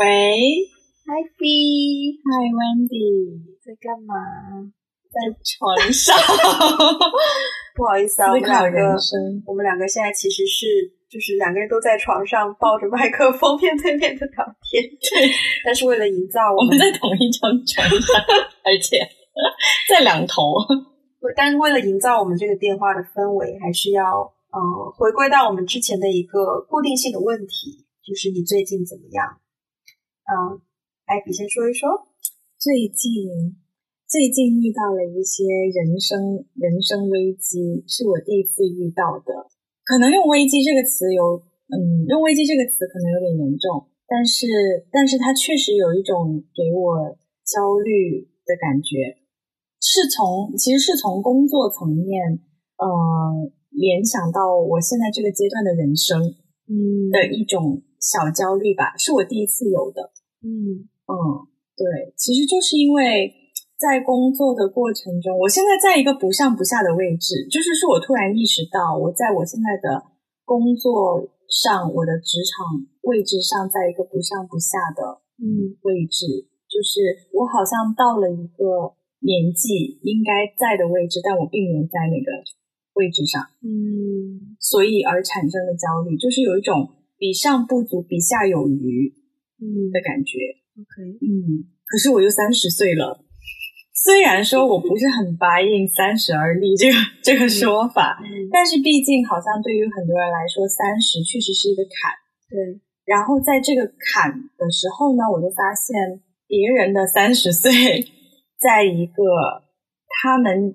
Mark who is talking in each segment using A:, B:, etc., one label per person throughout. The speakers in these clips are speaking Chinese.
A: 喂，
B: 嗨 B，
A: 嗨，Wendy，
B: 在干嘛？
A: 在床 上，
B: 不好意思啊，
A: 思
B: 我们
A: 考
B: 两个
A: 人，生。
B: 我们两个现在其实是就是两个人都在床上抱着麦克风面对面的聊 天，但是为了营造我
A: 我
B: 们
A: 们，在同一张床上， 而且在两头。
B: 但是为了营造我们这个电话的氛围，还是要呃回归到我们之前的一个固定性的问题，就是你最近怎么样？嗯、呃，艾比先说一说。
A: 最近最近遇到了一些人生人生危机，是我第一次遇到的。可能用“危机”这个词有，嗯，用“危机”这个词可能有点严重，但是但是它确实有一种给我焦虑的感觉，是从其实是从工作层面，呃，联想到我现在这个阶段的人生
B: 嗯
A: 的一种小焦虑吧，是我第一次有的。
B: 嗯
A: 嗯，对，其实就是因为在工作的过程中，我现在在一个不上不下的位置，就是是我突然意识到，我在我现在的工作上，我的职场位置上，在一个不上不下的
B: 嗯
A: 位置，就是我好像到了一个年纪应该在的位置，但我并没有在那个位置上。
B: 嗯
A: 所以而产生的焦虑，就是有一种比上不足，比下有余
B: 嗯
A: 的感觉。
B: ，OK，
A: 嗯，可是我又三十岁了。虽然说我不是很 buy in“ 三十而立”这个这个说法，
B: 嗯，
A: 但是毕竟好像对于很多人来说，三十确实是一个坎。
B: 对，
A: 然后在这个坎的时候呢，我就发现别人的三十岁，在一个他们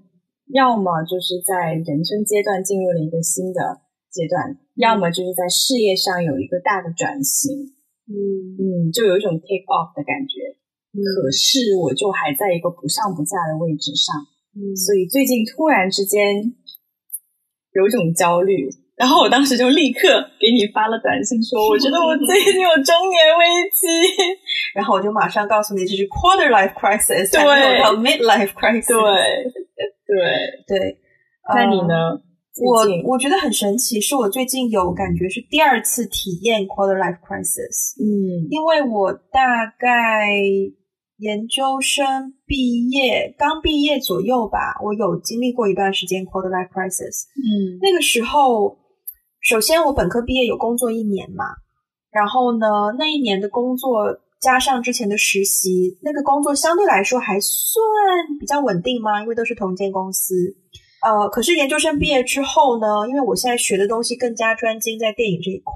A: 要么就是在人生阶段进入了一个新的阶段，要么就是在事业上有一个大的转型，
B: 嗯
A: 嗯，就有一种 take off 的感觉。可是我就还在一个不上不下的位置上，
B: 嗯，
A: 所以最近突然之间有一种焦虑，然后我当时就立刻给你发了短信说，我觉得我最近有中年危机。
B: 然后我就马上告诉你，这是 quarter life crisis，
A: 对
B: 还没有到 mid life crisis。
A: 对对，嗯
B: 对，
A: 那你
B: 呃？
A: 呢？最近
B: 我我觉得很神奇，是我最近有感觉是第二次体验 quarter life crisis，
A: 嗯
B: 因为我大概研究生毕业刚毕业左右吧，我有经历过一段时间 quarter life crisis。
A: 嗯
B: 那个时候，首先我本科毕业有工作一年嘛，然后呢，那一年的工作加上之前的实习，那个工作相对来说还算比较稳定嘛，因为都是同一间公司。呃，可是研究生毕业之后呢，因为我现在学的东西更加专精在电影这一块，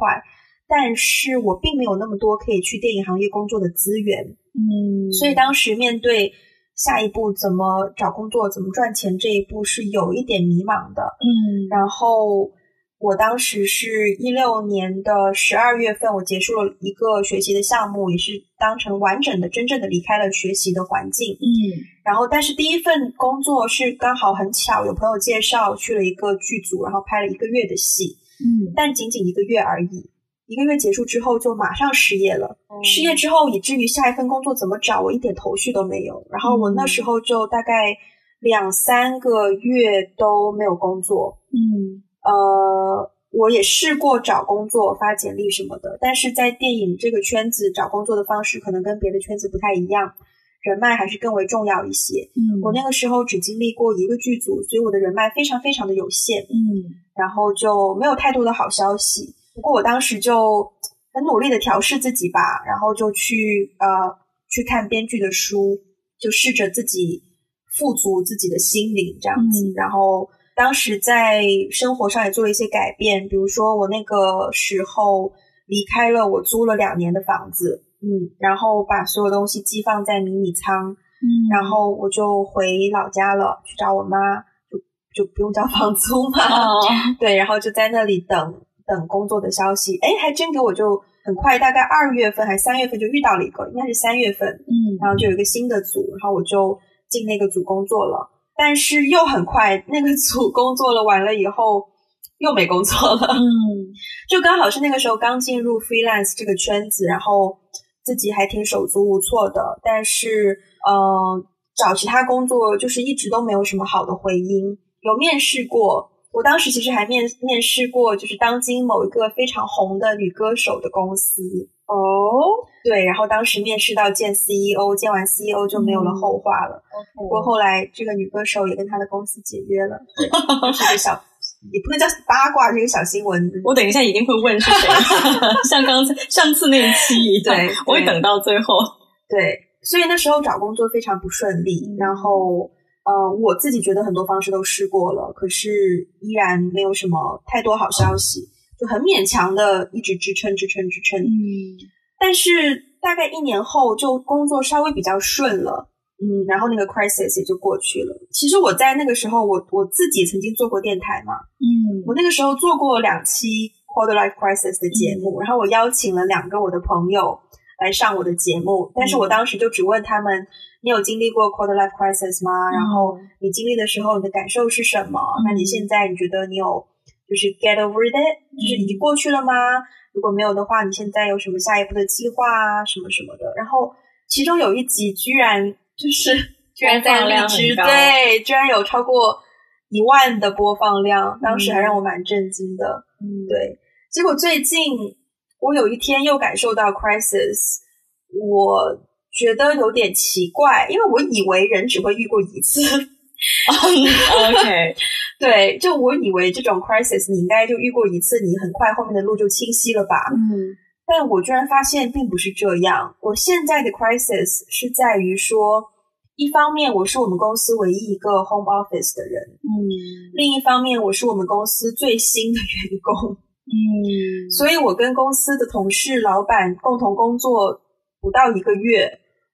B: 但是我并没有那么多可以去电影行业工作的资源，
A: 嗯，
B: 所以当时面对下一步怎么找工作、怎么赚钱这一步是有一点迷茫的。
A: 嗯
B: 然后我当时是一六年的十二月份，我结束了一个学习的项目，也是当成完整的、真正的离开了学习的环境。
A: 嗯
B: 然后，但是第一份工作是刚好很巧，有朋友介绍去了一个剧组，然后拍了一个月的戏，
A: 嗯，
B: 但仅仅一个月而已。一个月结束之后就马上失业了，
A: 嗯
B: 失业之后以至于下一份工作怎么找，我一点头绪都没有。然后我那时候就大概两三个月都没有工作，
A: 嗯
B: 呃，我也试过找工作、发简历什么的，但是在电影这个圈子找工作的方式可能跟别的圈子不太一样，人脉还是更为重要一些。
A: 嗯，
B: 我那个时候只经历过一个剧组，所以我的人脉非常非常的有限，
A: 嗯
B: 然后就没有太多的好消息。不过我当时就很努力的调试自己吧，然后就去呃去看编剧的书，就试着自己富足自己的心灵这样子。
A: 嗯
B: 然后当时在生活上也做了一些改变，比如说我那个时候离开了我租了两年的房子，嗯，然后把所有东西寄放在迷你仓，
A: 嗯，
B: 然后我就回老家了，去找我妈，就就不用交房租嘛。
A: 哦，
B: 对，然后就在那里等等工作的消息。哎，还真给我就很快，大概二月份还三月份就遇到了一个，应该是三月份，
A: 嗯
B: 然后就有一个新的组，然后我就进那个组工作了。但是又很快，那个组工作了完了以后又没工作了，
A: 嗯
B: 就刚好是那个时候刚进入 freelance 这个圈子，然后自己还挺手足无措的，但是呃，找其他工作就是一直都没有什么好的回音，有面试过。我当时其实还面面试过，就是当今某一个非常红的女歌手的公司。
A: 哦，
B: 对，然后当时面试到见 CEO，见完 CEO 就没有了后话了。不过后来这个女歌手也跟她的公司解约了，对是个小， 也不能叫八卦，是一个小新闻。
A: 我等一下一定会问是 谁，像刚才上次那一期一样
B: 对，
A: 我会
B: 对
A: 等到最后。
B: 对，所以那时候找工作非常不顺利，然后呃，我自己觉得很多方式都试过了，可是依然没有什么太多好消息，就很勉强的一直支撑支撑支撑。
A: 嗯
B: 但是大概一年后，就工作稍微比较顺了，嗯，然后那个 crisis 也就过去了。其实我在那个时候，我我自己曾经做过电台嘛，
A: 嗯
B: 我那个时候做过两期 quarter life crisis 的节
A: 嗯
B: 目，然后我邀请了两个我的朋友来上我的节目，但
A: 嗯
B: 是我当时就只问他们：你有经历过 quarter life crisis 吗？
A: 嗯
B: 然后你经历的时候你的感受是什么？那你现在你觉得你有就是 get over it，就是已
A: 嗯
B: 经过去了吗？如果没有的话，你现在有什么下一步的计划啊，什么什么的？然后其中有一集居然就是
A: 居然
B: 播放
A: 播放量
B: 率
A: 很
B: 值
A: 高
B: 对，居然有超过一万的播放量，当时还
A: 嗯
B: 让我蛮震惊的。
A: 嗯，
B: 对，结果最近我有一天又感受到 crisis，我觉得有点奇怪，因为我以为人只会遇过一次，
A: ，OK，
B: 对，就我以为这种 crisis 你应该就遇过一次，你很快后面的路就清晰了吧？
A: 嗯
B: 但我居然发现并不是这样。我现在的 crisis 是在于说，一方面我是我们公司唯一一个 home office 的人，
A: 嗯
B: 另一方面我是我们公司最新的员工，
A: 嗯，
B: 所以我跟公司的同事、老板共同工作不到一个月，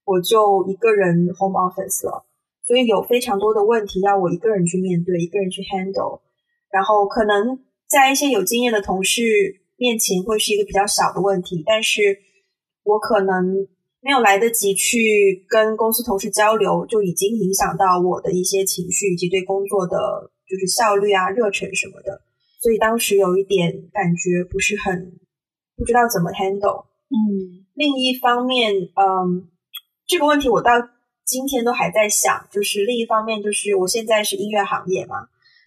B: 我就一个人 home office 了。所以有非常多的问题要我一个人去面对，一个人去 handle，然后可能在一些有经验的同事面前会是一个比较小的问题，但是我可能没有来得及去跟公司同事交流，就已经影响到我的一些情绪以及对工作的就是效率啊、热忱什么的，所以当时有一点感觉不是很不知道怎么 handle，
A: 嗯
B: 另一方面，嗯，这个问题我到今天都还在想，就是另一方面，就是我现在是音乐行业嘛，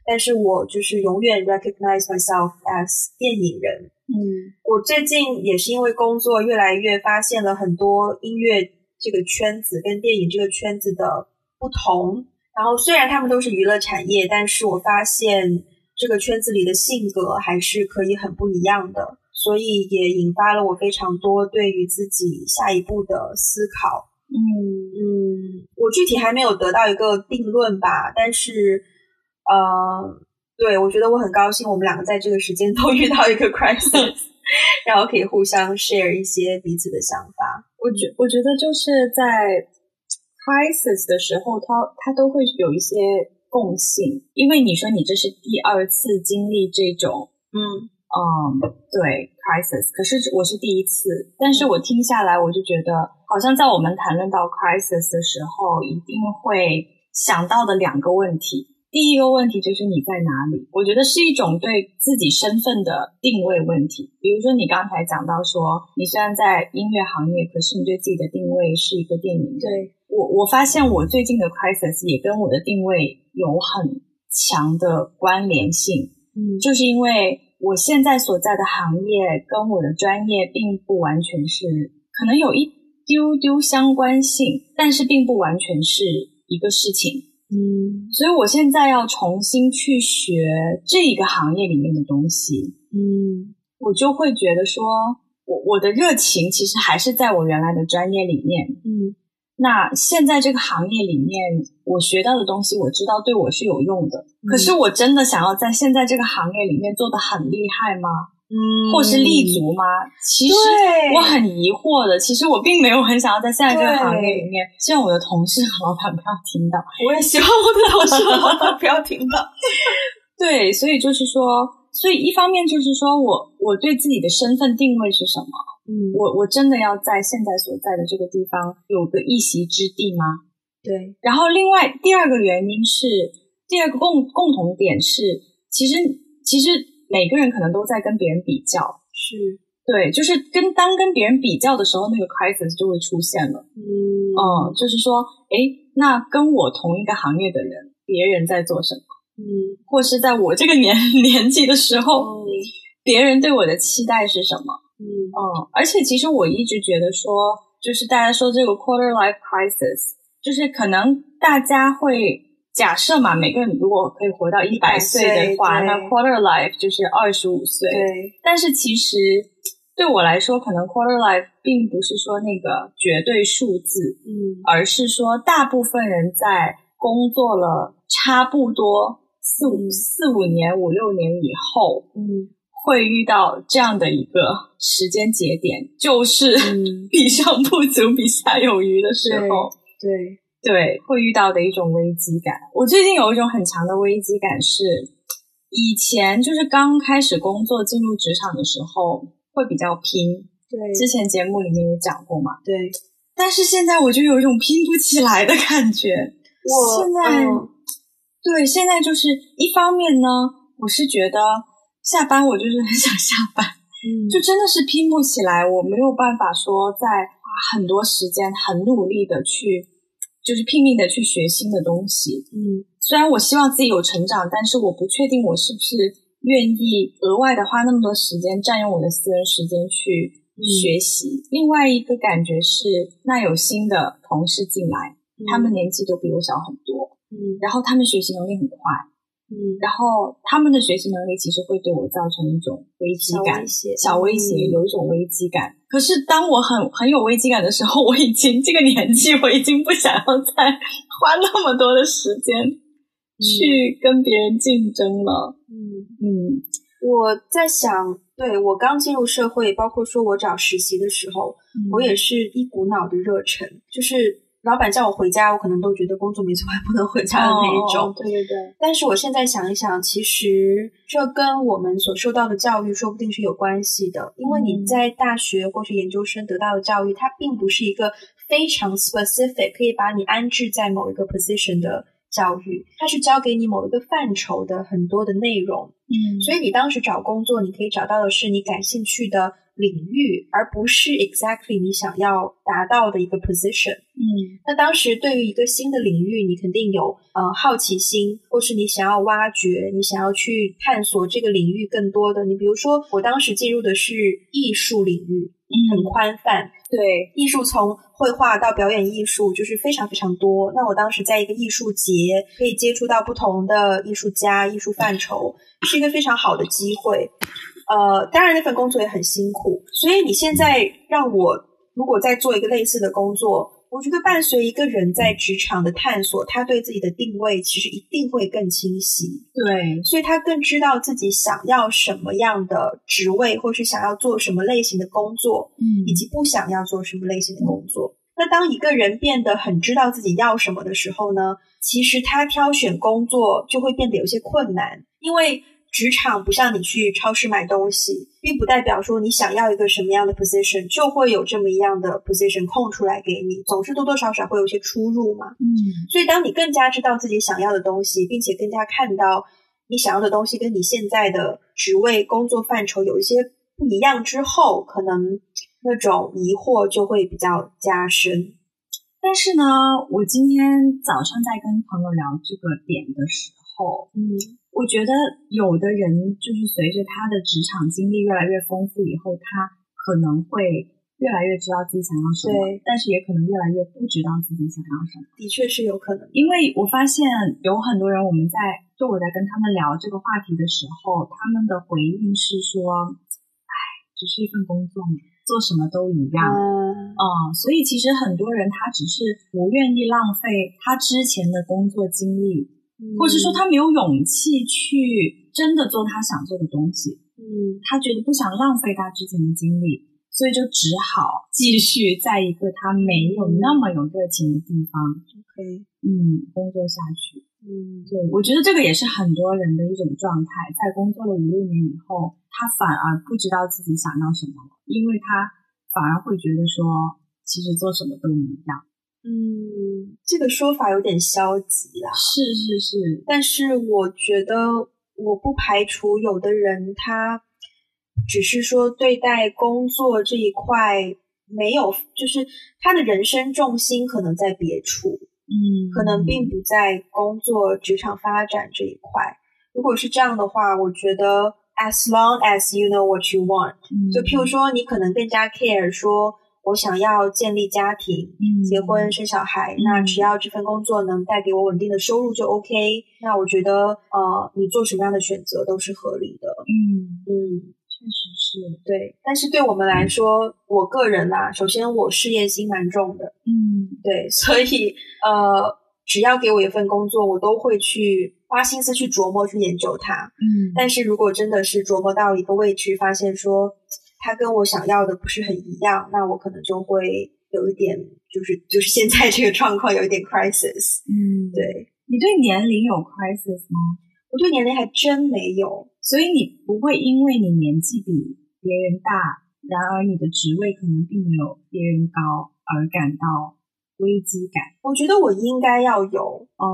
B: 但是我就是永远 recognize myself as 电影人。
A: 嗯
B: 我最近也是因为工作越来越发现了很多音乐这个圈子跟电影这个圈子的不同。然后虽然他们都是娱乐产业，但是我发现这个圈子里的性格还是可以很不一样的，所以也引发了我非常多对于自己下一步的思考。
A: 嗯
B: 嗯，我具体还没有得到一个定论吧，但是，呃，对我觉得我很高兴，我们两个在这个时间 都遇到一个 crisis，然后可以互相 share 一些彼此的想法。
A: 我觉我觉得就是在 crisis 的时候，它它都会有一些共性，因为你说你这是第二次经历这种。
B: 嗯
A: 嗯，对，crisis。可是我是第一次，但是我听下来，我就觉得，好像在我们谈论到 crisis 的时候，一定会想到的两个问题。第一个问题就是你在哪里？我觉得是一种对自己身份的定位问题。比如说你刚才讲到说，你虽然在音乐行业，可是你对自己的定位是一个电影人。
B: 对，
A: 我我发现我最近的 crisis 也跟我的定位有很强的关联性。
B: 嗯
A: 就是因为我现在所在的行业跟我的专业并不完全是，可能有一丢丢相关性，但是并不完全是一个事情。
B: 嗯
A: 所以我现在要重新去学这一个行业里面的东西，
B: 嗯
A: 我就会觉得说，我我的热情其实还是在我原来的专业里面，
B: 嗯
A: 那现在这个行业里面，我学到的东西，我知道对我是有用的。可是我真的想要在现在这个行业里面做的很厉害吗？
B: 嗯
A: 或是立，足吗？其实
B: 对
A: 我很疑惑的。其实我并没有很想要在现在这个行业里面。希望我的同事和老板不要听到。
B: 我也希望我的同事和老 板不要听到。
A: 对，所以就是说，所以一方面就是说我我对自己的身份定位是什么？
B: 嗯
A: 我我真的要在现在所在的这个地方有个一席之地吗？
B: 对，
A: 然后另外第二个原因是，第二个共共同点是，其实其实每个人可能都在跟别人比较，
B: 是，
A: 对，就是跟当跟别人比较的时候，那个 crisis 就会出现了。
B: 嗯
A: 嗯，就是说，诶，那跟我同一个行业的人，别人在做什么？
B: 嗯
A: 或是在我这个年 年纪的时候，
B: 嗯
A: 别人对我的期待是什么？
B: 嗯
A: 嗯，而且其实我一直觉得说，就是大家说这个 quarter life crisis，就是可能大家会假设嘛，每个人如果可以活到一百岁的话，
B: 对
A: 那 quarter life 就是二十五岁。
B: 对
A: 但是其实对我来说，可能 quarter life 并不是说那个绝对数字，
B: 嗯
A: 而是说大部分人在工作了差不多四五四五年、五六年以后，
B: 嗯
A: 会遇到这样的一个时间节点，就是
B: 嗯
A: 比上不足，比下有余的时候，
B: 对
A: 对，会遇到的一种危机感。我最近有一种很强的危机感是，以前就是刚开始工作进入职场的时候会比较拼，
B: 对
A: 之前节目里面也讲过嘛，
B: 对
A: 但是现在我就有一种拼不起来的感觉。
B: 我
A: 现在、
B: 嗯
A: 对，现在就是一方面呢，我是觉得下班我就是很想下班。
B: 嗯
A: 就真的是拼不起来，我没有办法说在花很多时间很努力的去，就是拼命的去学新的东西。
B: 嗯
A: 虽然我希望自己有成长，但是我不确定我是不是愿意额外的花那么多时间占用我的私人时间去
B: 嗯
A: 学习。另外一个感觉是，那有新的同事进来，他们年纪都比我小很多，
B: 嗯
A: 然后他们学习能力很快，
B: 嗯
A: 然后他们的学习能力其实会对我造成一种危机嗯
B: 小
A: 感
B: 威。胁
A: 小威胁，
B: 嗯
A: 有一种危机感。可是当我很很有危机感的时候，我已经这个年纪，我已经不想要再花那么多的时间去跟别人竞争了。
B: 嗯
A: 嗯
B: 我在想，对我刚进入社会，包括说我找实习的时候，
A: 嗯
B: 我也是一股脑的热忱，就是老板叫我回家，我可能都觉得工作没做完不能回
A: 这
B: 家的那一种。
A: 哦对对对，
B: 但是我现在想一想，其实这跟我们所受到的教育说不定是有关系的，因为你
A: 嗯
B: 在大学或是研究生得到的教育，它并不是一个非常 specific 可以把你安置在某一个 position 的教育，它是教给你某一个范畴的很多的内容。
A: 嗯
B: 所以你当时找工作，你可以找到的是你感兴趣的领域，而不是 exactly 你想要达到的一个 position。
A: 嗯
B: 那当时对于一个新的领域，你肯定有呃好奇心，或是你想要挖掘，你想要去探索这个领域更多的。你比如说，我当时进入的是艺术领域，很
A: 嗯，
B: 宽泛，
A: 对，
B: 艺术从绘画到表演艺术就是非常非常多。那我当时在一个艺术节，可以接触到不同的艺术家、艺术范畴，是一个非常好的机会。呃，当然那份工作也很辛苦，所以你现在让我如果再做一个类似的工作，我觉得伴随一个人在职场的探索，他对自己的定位其实一定会更清晰。
A: 对，
B: 所以他更知道自己想要什么样的职位，或是想要做什么类型的工作。
A: 嗯
B: 以及不想要做什么类型的工作。那当一个人变得很知道自己要什么的时候呢，其实他挑选工作就会变得有些困难，因为职场不像你去超市买东西，并不代表说你想要一个什么样的 position 就会有这么一样的 position 空出来给你，总是多多少少会有些出入嘛。
A: 嗯
B: 所以，当你更加知道自己想要的东西，并且更加看到你想要的东西跟你现在的职位、工作范畴有一些不一样之后，可能那种疑惑就会比较加深。
A: 但是呢，我今天早上在跟朋友聊这个点的时候，
B: 嗯
A: 我觉得有的人就是随着他的职场经历越来越丰富以后，他可能会越来越知道自己想要什么
B: 对，
A: 但是也可能越来越不知道自己想要什么。
B: 的确是有可能。
A: 因为我发现有很多人，我们在就我在跟他们聊这个话题的时候，他们的回应是说：“哎，只是一份工作嘛，做什么都一样。
B: 嗯
A: 啊、所以其实很多人他只是不愿意浪费他之前的工作经历，
B: 嗯
A: 或是说他没有勇气去真的做他想做的东西，
B: 嗯
A: 他觉得不想浪费他之前的经历，所以就只好继续在一个他没有
B: 嗯
A: 那么有热情的地方，
B: ，OK，
A: 嗯，工作下去。
B: 嗯
A: 对，我觉得这个也是很多人的一种状态，在工作了五六年以后，他反而不知道自己想要什么了，因为他反而会觉得说，其实做什么都一样。
B: 嗯，这个说法有点消极啦。
A: 是是是，
B: 但是我觉得我不排除有的人他只是说对待工作这一块没有，就是他的人生重心可能在别处，
A: 嗯，
B: 可能并不在工作职场发展这一块。如果是这样的话，我觉得 as long as you know what you want，、
A: 嗯
B: 就譬如说你可能更加 care 说我想要建立家庭，
A: 嗯
B: 结婚生小孩，
A: 嗯
B: 那只要这份工作能带给我稳定的收入就 OK。那我觉得，呃，你做什么样的选择都是合理的。
A: 嗯，
B: 嗯，
A: 确实是，
B: 对。但是对我们来说，我个人啦、首先我事业心蛮重的，
A: 嗯
B: 对， 所以呃，只要给我一份工作，我都会去花心思去琢磨、去研究它。
A: 嗯
B: 但是如果真的是琢磨到一个位置，发现说它跟我想要的不是很一样，那我可能就会有一点，就是就是现在这个状况有一点 crisis。
A: 嗯，
B: 对
A: 你对年龄有 crisis 吗？
B: 我对年龄还真没有，
A: 所以你不会因为你年纪比别人大，然而你的职位可能并没有别人高而感到危机感。
B: 我觉得我应该要有，
A: 哦，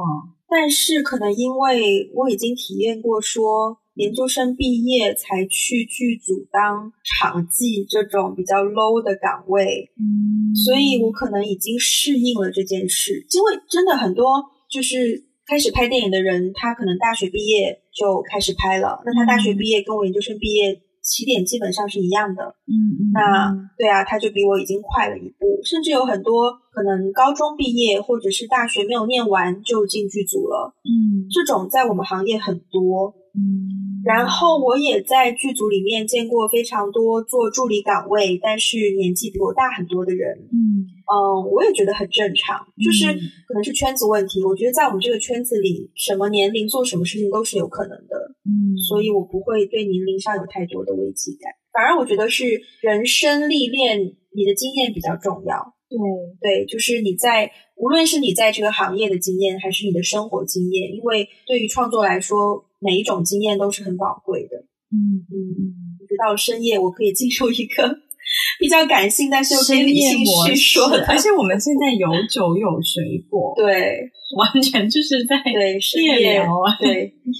B: 但是可能因为我已经体验过说。研究生毕业才去剧组当场记这种比较 low 的岗位，
A: 嗯
B: 所以我可能已经适应了这件事，因为真的很多就是开始拍电影的人，他可能大学毕业就开始拍了，那他大
A: 嗯
B: 学毕业跟我研究生毕业起点基本上是一样的，
A: 嗯嗯，
B: 那对啊，他就比我已经快了一步，甚至有很多可能高中毕业或者是大学没有念完就进剧组了，
A: 嗯
B: 这种在我们行业很多，
A: 嗯，
B: 然后我也在剧组里面见过非常多做助理岗位，但是年纪比我大很多的人，
A: 嗯，
B: 嗯，我也觉得很正常，就是
A: 嗯
B: 可能是圈子问题。我觉得在我们这个圈子里，什么年龄做什么事情都是有可能的，
A: 嗯，
B: 所以我不会对年龄上有太多的危机感。反而我觉得是人生历练，你的经验比较重要。
A: 对，
B: 对，就是你在无论是你在这个行业的经验，还是你的生活经验，因为对于创作来说，每一种经验都是很宝贵的。
A: 嗯
B: 嗯，
A: 嗯，
B: 直到深夜，我可以进入一个 比较感性，但是又可以理性叙说
A: 是
B: 的。
A: 而且我们现在有酒有水果，
B: 对
A: 完全就是在
B: 对，深
A: 夜
B: 夜
A: 聊啊，
B: 对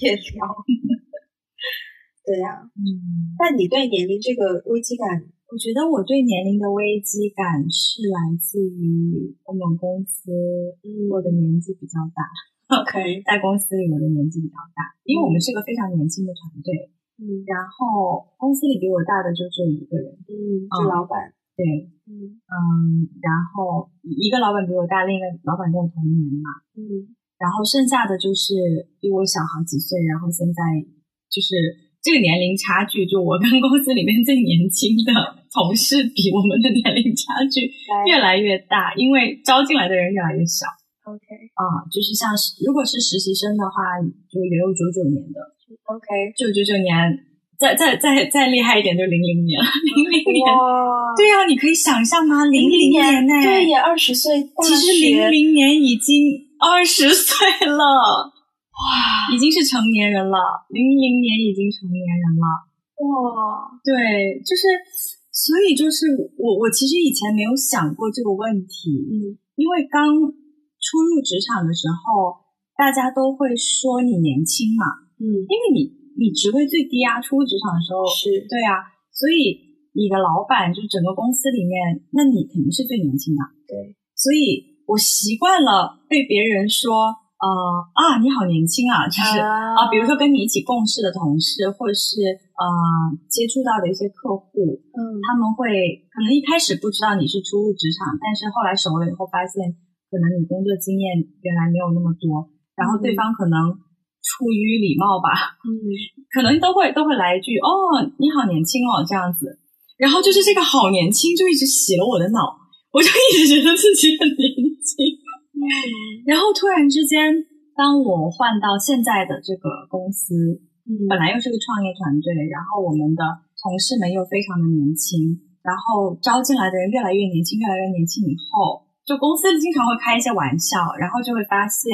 B: 夜聊，对呀、
A: 嗯。
B: 但你对年龄这个危机感，
A: 我觉得我对年龄的危机感是来自于我们公司
B: 嗯
A: 我的年纪比较大，
B: OK，
A: 在公司里我的年纪比较大，因为我们是个非常年轻的团队，
B: 嗯
A: 然后公司里比我大的就只有一个人，
B: 嗯，是老板，
A: 对，
B: 嗯
A: 嗯，然后一个老板比我大，另一个老板跟我同年嘛，
B: 嗯
A: 然后剩下的就是比我小好几岁，然后现在就是这个年龄差距，就我跟公司里面最年轻的同事比，我们的年龄差距越来越大，因为招进来的人越来越少
B: OK
A: 啊、就是像是如果是实习生的话，就也有九九年的，
B: OK，
A: 就九九年，再再再再厉害一点就零零年， 零零年。
B: 哇，
A: 对啊，你可以想象吗？零
B: 零
A: 年呢、
B: 对也二十岁大
A: 其实
B: 学，
A: 零零年已经二十岁了，哇，已经是成年人了。零零年已经成年人了，
B: 哇，
A: 对，就是，所以就是我我其实以前没有想过这个问题，
B: 嗯
A: 因为刚初入职场的时候，大家都会说你年轻嘛，
B: 嗯
A: 因为你你职位最低啊，初入职场的时候，
B: 是
A: 对啊，所以你的老板就整个公司里面，那你肯定是最年轻的。
B: 对，
A: 所以我习惯了被别人说，呃啊，你好年轻啊，就是啊、
B: 啊
A: 比如说跟你一起共事的同事，或者是呃接触到的一些客户，
B: 嗯
A: 他们会可能一开始不知道你是初入职场，但是后来熟了以后发现，可能你工作经验原来没有那么多，然后对
B: 嗯
A: 方可能出于礼貌吧，
B: 嗯
A: 可能都会都会来一句哦，你好年轻哦这样子，然后就是这个好年轻就一直洗了我的脑，我就一直觉得自己很年轻，
B: 嗯
A: 然后突然之间，当我换到现在的这个公司，
B: 嗯
A: 本来又是个创业团队，然后我们的同事们又非常的年轻，然后招进来的人越来越年轻，越来越年轻以后，就公司经常会开一些玩笑，然后就会发现，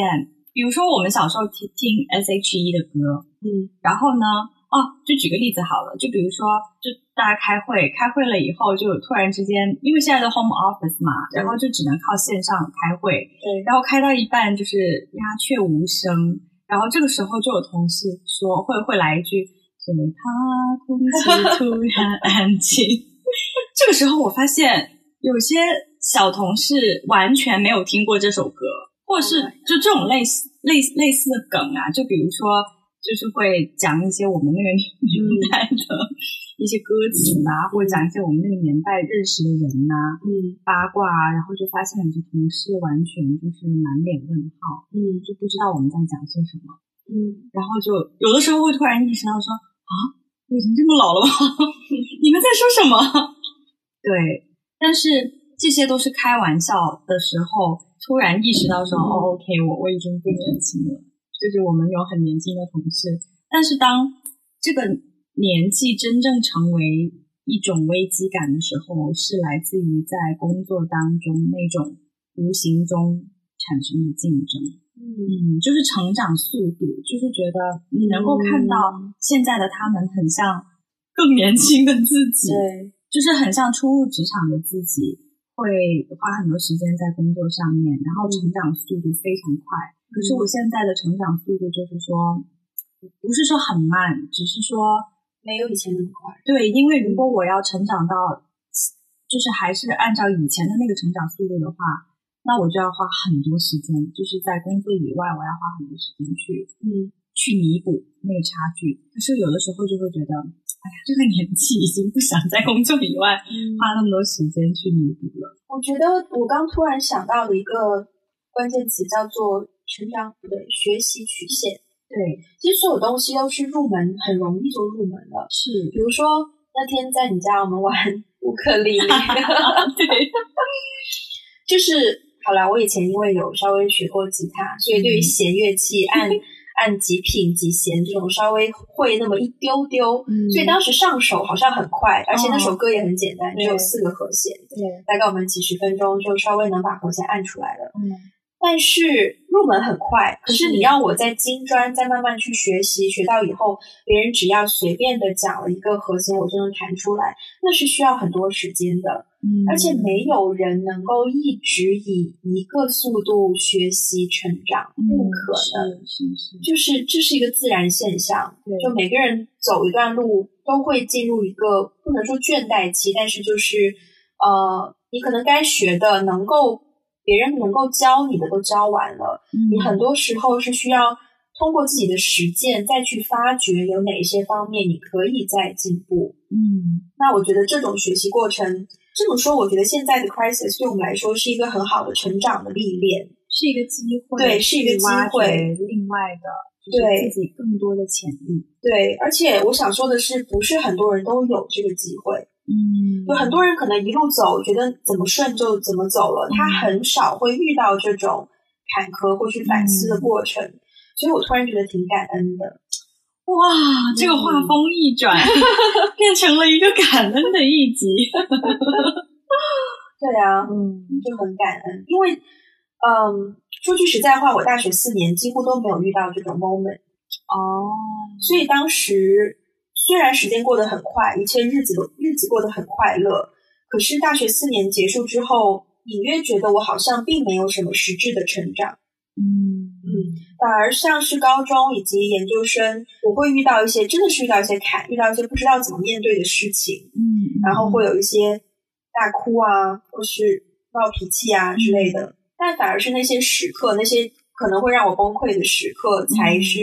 A: 比如说我们小时候听听 S.H.E 的歌，
B: 嗯
A: 然后呢，哦，就举个例子好了，就比如说，就大家开会，开会了以后，就突然之间，因为现在的 home office 嘛，然
B: 对
A: 后就只能靠线上开会，
B: 对，
A: 然后开到一半就是鸦雀无声，然后这个时候就有同事说会会来一句，最怕空气突然安静。这个时候我发现有些小同事完全没有听过这首歌，或是就这种类似类类似的梗啊，就比如说，就是会讲一些我们那个年
B: 嗯
A: 代的一些歌词啊，或者讲一些我们那个年代认识的人呐、
B: 嗯
A: 八卦啊，然后就发现有些同事完全就是满脸问号，
B: 嗯
A: 就不知道我们在讲些什么，
B: 嗯，
A: 然后就有的时候会突然意识到说啊，我已经这么老了吗？ 你们在说什么？对，但是这些都是开玩笑的时候，突然意识到说，
B: 嗯
A: 哦，OK，我我已经不年轻了。就是我们有很年轻的同事，但是当这个年纪真正成为一种危机感的时候，是来自于在工作当中那种无形中产生的竞争。
B: 嗯
A: 嗯，就是成长速度，就是觉得你能够看到
B: 嗯
A: 现在的他们很像更年轻的自己，
B: 对，
A: 就是很像初入职场的自己，会花很多时间在工作上面，然
B: 嗯
A: 后成长速度非常快。可是我现在的成长速度就是说，不是说很慢，只是说
B: 没有以前那么快。
A: 对，因为如果我要成长到，就是还是按照以前的那个成长速度的话，那我就要花很多时间，就是在工作以外，我要花很多时间去
B: 嗯
A: 去弥补那个差距。可是有的时候就会觉得，哎呀，这个年纪已经不想在工作以外
B: 嗯
A: 花那么多时间去弥补了。
B: 我觉得我刚突然想到了一个关键词，叫做成长，不对，学习曲线。
A: 对，
B: 其实所有东西都是入门，很容易就入门了。
A: 是，
B: 比如说那天在你家我们玩乌克丽 丽，
A: 对，
B: 就是好啦，我以前因为有稍微学过吉他，所以对
A: 嗯
B: 于弦乐器 按按几品几弦这种稍微会那么一丢丢，
A: 嗯哦
B: 所以当时上手好像很快，而且那首歌也很简单，
A: 对
B: 只有四个和弦，
A: 对，
B: 大概我们几十分钟就稍微能把和弦按出来了。
A: 嗯，
B: 但是入门很快，可是
A: 是
B: 你让我在金砖再慢慢去学习，学到以后，别人只要随便的讲了一个和弦，我就能弹出来，那是需要很多时间的，
A: 嗯
B: 而且没有人能够一直以一个速度学习成长，不可能。
A: 能，嗯是是，
B: 就是这是一个自然现象，
A: 对
B: 就每个人走一段路都会进入一个不能说倦怠期，但是就是呃，你可能该学的能够别人能够教你的都教完了，你很多时候是需要通过自己的实践再去发掘有哪一些方面你可以再进步。
A: 嗯，
B: 那我觉得这种学习过程，这么说，我觉得现在的 crisis 对我们来说是一个很好的成长的历练。
A: 是一个机会，
B: 对是一个
A: 去挖
B: 机会
A: 掘另外的就是
B: 对
A: 自己更多的潜力。
B: 对，而且我想说的是，不是很多人都有这个机会。
A: 嗯，
B: 有很多人可能一路走，觉得怎么顺就怎么走了，他
A: 嗯
B: 很少会遇到这种坎坷或去反思的过程，所以我突然觉得挺感恩的。
A: 哇，这个画风一转，变成了一个感恩的一集。
B: 对啊，
A: 嗯
B: 就很感恩，因为嗯，说句实在话，我大学四年几乎都没有遇到这种 moment，
A: 哦，
B: 所以当时虽然时间过得很快，一切日子都日子过得很快乐，可是大学四年结束之后，隐约觉得我好像并没有什么实质的成长。
A: 嗯
B: 反而像是高中以及研究生，我会遇到一些真的是遇到一些坎，遇到一些不知道怎么面对的事情，
A: 嗯
B: 然后会有一些大哭啊，或是闹脾气啊之类的。但反而是那些时刻，那些可能会让我崩溃的时刻，才是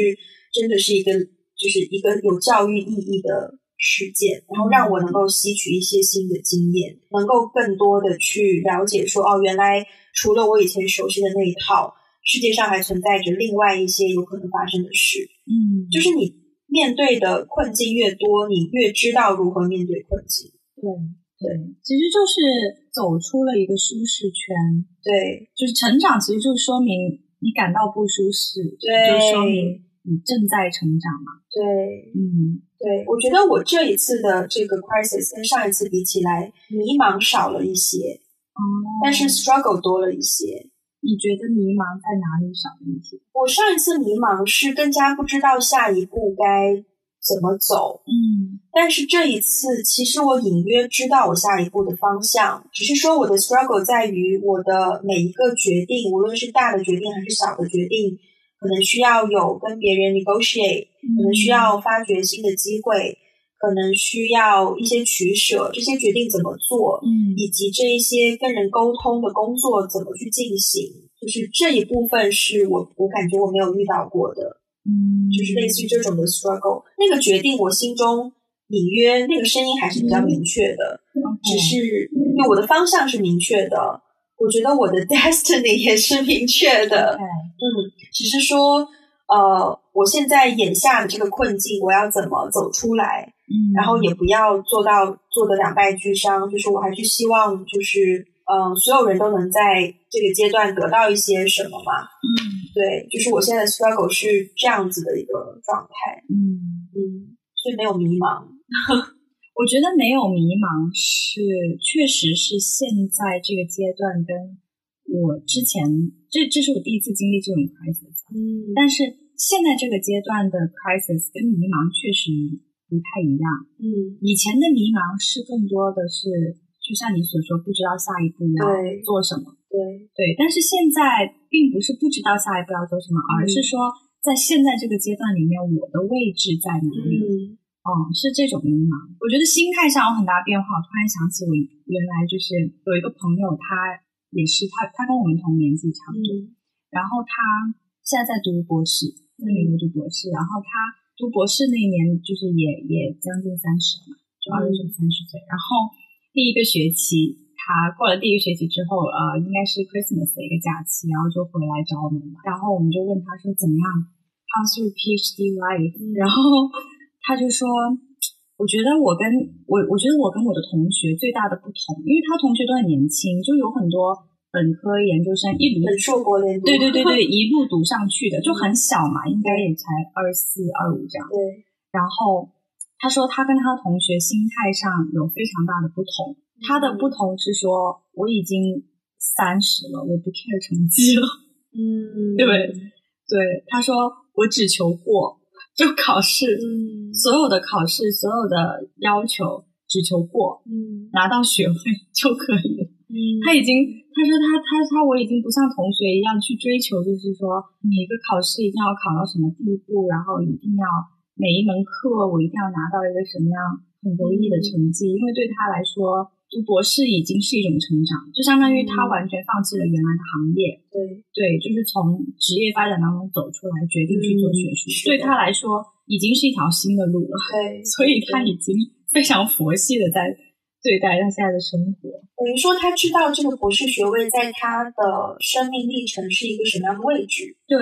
B: 真的是一个就是一个有教育意义的事件，然后让我能够吸取一些新的经验，能够更多的去了解说，哦，原来除了我以前熟悉的那一套，世界上还存在着另外一些有可能发生的事。
A: 嗯，
B: 就是你面对的困境越多，你越知道如何面对困境。
A: 对对，其实就是走出了一个舒适圈，
B: 对
A: 就是成长，其实就说明你感到不舒适，
B: 对
A: 就说明你正在成长嘛。
B: 对
A: 嗯
B: 对，我觉得我这一次的这个 crisis 跟上一次比起来，迷茫少了一些，
A: 哦，
B: 但是 struggle 多了一些。
A: 你觉得迷茫在哪里少了一些？
B: 我上一次迷茫是更加不知道下一步该怎么走，
A: 嗯
B: 但是这一次其实我隐约知道我下一步的方向，只是说我的 struggle 在于我的每一个决定，无论是大的决定还是小的决定，可能需要有跟别人 negotiate，可能需要发掘新的机会，可能需要一些取舍，这些决定怎么做，
A: 嗯
B: 以及这一些跟人沟通的工作怎么去进行，就就是这一部分是我我感觉我没有遇到过的，
A: 嗯，
B: 就是类似于这种的 struggle。那个决定我心中隐约那个声音还是比较明确的，
A: 嗯
B: 只是对我的方向是明确的，我觉得我的 destiny 也是明确的，嗯，只是说呃，我现在眼下的这个困境，我要怎么走出来？
A: 嗯，
B: 然后也不要做到做的两败俱伤，就是我还是希望就是嗯、呃，所有人都能在这个阶段得到一些什么嘛。
A: 嗯
B: 对，就是我现在的 struggle 是这样子的一个状态，
A: 嗯。
B: 嗯，所以没有迷茫，
A: 我觉得没有迷茫是，确实是现在这个阶段跟我之前，这这是我第一次经历这种 crisis，
B: 嗯
A: 但是现在这个阶段的 crisis 跟迷茫确实不太一样。
B: 嗯，
A: 以前的迷茫是更多的是，就像你所说，不知道下一步要
B: 对
A: 做什么，
B: 对，
A: 对。但是现在并不是不知道下一步要做什么，而是说在现在这个阶段里面，我的位置在哪里？
B: 嗯
A: 哦，是这种迷茫。我觉得心态上有很大变化。我突然想起我原来就是有一个朋友，他也是他，他跟我们同年纪差不多。
B: 嗯
A: 然后他现在在读博士，在美国读博士。然后他读博士那年就是也也将近三十了嘛，就二十九三十岁。然后第一个学期，他过了第一个学期之后，呃，应该是 Christmas 的一个假期，然后就回来找我们嘛。然后我们就问他说怎么样，How's your PhD life？、然 后他就说。我觉得我跟我，我觉得我跟我的同学最大的不同，因为他同学都很年轻，就有很多本科研究生一读
B: 本硕博连读，
A: 对对对对，一路读上去的，就很小嘛，应该也才二四二五这样。
B: 对，
A: 然后他说他跟他的同学心态上有非常大的不同，
B: 嗯
A: 他的不同是说我已经三十了，我不 care 成绩了。
B: 嗯，
A: 对对，他说我只求过，就考试，
B: 嗯
A: 所有的考试，所有的要求只求过，
B: 嗯
A: 拿到学位就可以了。
B: 嗯，
A: 他已经，他说他他他我已经不像同学一样去追求，就是说每个考试一定要考到什么地步，然后一定要每一门课我一定要拿到一个什么样很优异的
B: 嗯
A: 成绩，因为对他来说，读博士已经是一种成长，就相当于他
B: 嗯
A: 完全放弃了原来的行业，
B: 对
A: 对，就是从职业发展当中走出来，决定去做学术，
B: 嗯是
A: 对
B: 的
A: 他来说已经是一条新的路了，
B: 对，
A: 所以他已经非常佛系的在对待他现在的生活。
B: 等于说他知道这个博士学位在他的生命历程是一个什么样的位置，
A: 对，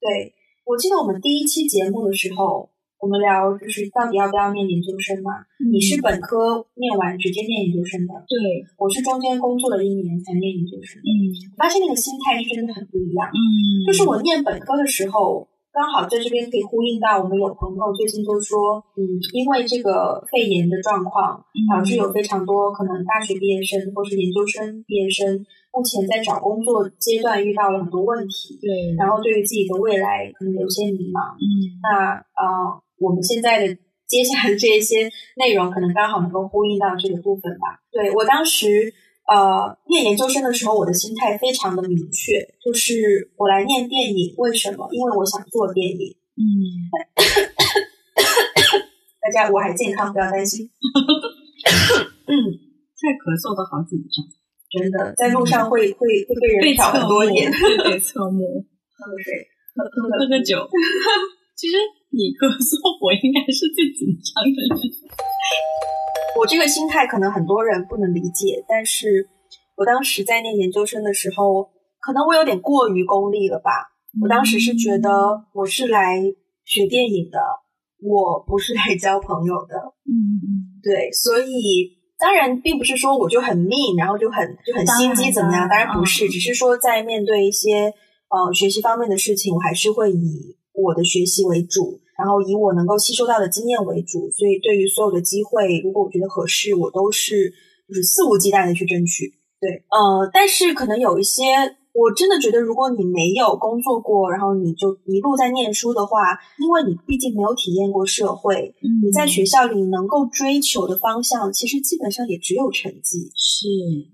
B: 对，我记得我们第一期节目的时候，我们聊就是到底要不要念研究生嘛？你是
A: 嗯
B: 本科念完直接念研究生的，
A: 对，
B: 我是中间工作了一年才念研究生的。
A: 嗯
B: 我发现那个心态是真的很不一样。
A: 嗯，
B: 就是我念本科的时候，刚好在这边可以呼应到我们有朋友最近就说，嗯，因为这个肺炎的状况，导
A: 嗯
B: 致有非常多可能大学毕业生或是研究生毕业生，目前在找工作阶段遇到了很多问题。
A: 对，
B: 然后对于自己的未来可能有些迷茫。
A: 嗯
B: 那呃，我们现在的接下来的这一些内容，可能刚好能够呼应到这个部分吧。对我当时呃念研究生的时候，我的心态非常的明确，就是我来念电影，为什么？因为我想做电影。
A: 嗯
B: 大家我还健康，不要担心。嗯
A: 现在咳嗽都好紧张，
B: 真的，在路上会会会被
A: 被
B: 人挑
A: 侧
B: 很多
A: 目，
B: 眼，
A: 对对，侧目，
B: 喝个水。
A: 喝个 酒。其实你咳嗽，我应该是最紧张的人。
B: 我这个心态可能很多人不能理解，但是我当时在念研究生的时候，可能我有点过于功利了吧。我当时是觉得我是来学电影的，我不是来交朋友的。
A: 嗯，嗯
B: 对，所以当然并不是说我就很 mean，然后就很就很
A: 当
B: 心
A: 然
B: 机怎么样，
A: 当
B: 当
A: 然
B: 然不是，
A: 嗯
B: 只是说在面对一些呃学习方面的事情，我还是会以我的学习为主，然后以我能够吸收到的经验为主，所以对于所有的机会，如果我觉得合适，我都是就是肆无忌惮的去争取。对，呃，但是可能有一些。我真的觉得，如果你没有工作过，然后你就一路在念书的话，因为你毕竟没有体验过社会，
A: 嗯，
B: 你在学校里能够追求的方向，其实基本上也只有成绩。
A: 是，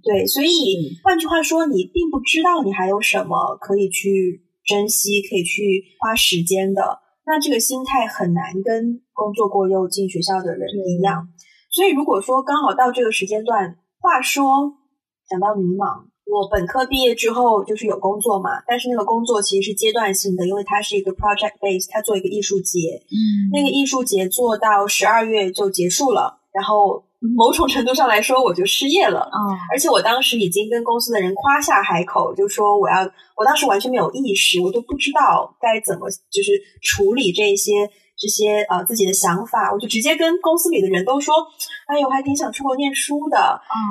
B: 对，所以
A: 是
B: 换句话说，你并不知道你还有什么可以去珍惜、可以去花时间的。那这个心态很难跟工作过又进学校的人
A: 对
B: 一样。所以如果说刚好到这个时间段，话说讲到迷茫，我本科毕业之后就是有工作嘛，但是那个工作其实是阶段性的，因为它是一个 project base，它做一个艺术节，
A: 嗯
B: 那个艺术节做到十二月就结束了，然后某种程度上来说我就失业了。
A: 啊，
B: 而且我当时已经跟公司的人夸下海口，就说我要，我当时完全没有意识，我都不知道该怎么就是处理这些这些呃自己的想法，我就直接跟公司里的人都说，哎呦，我还挺想出国念书的。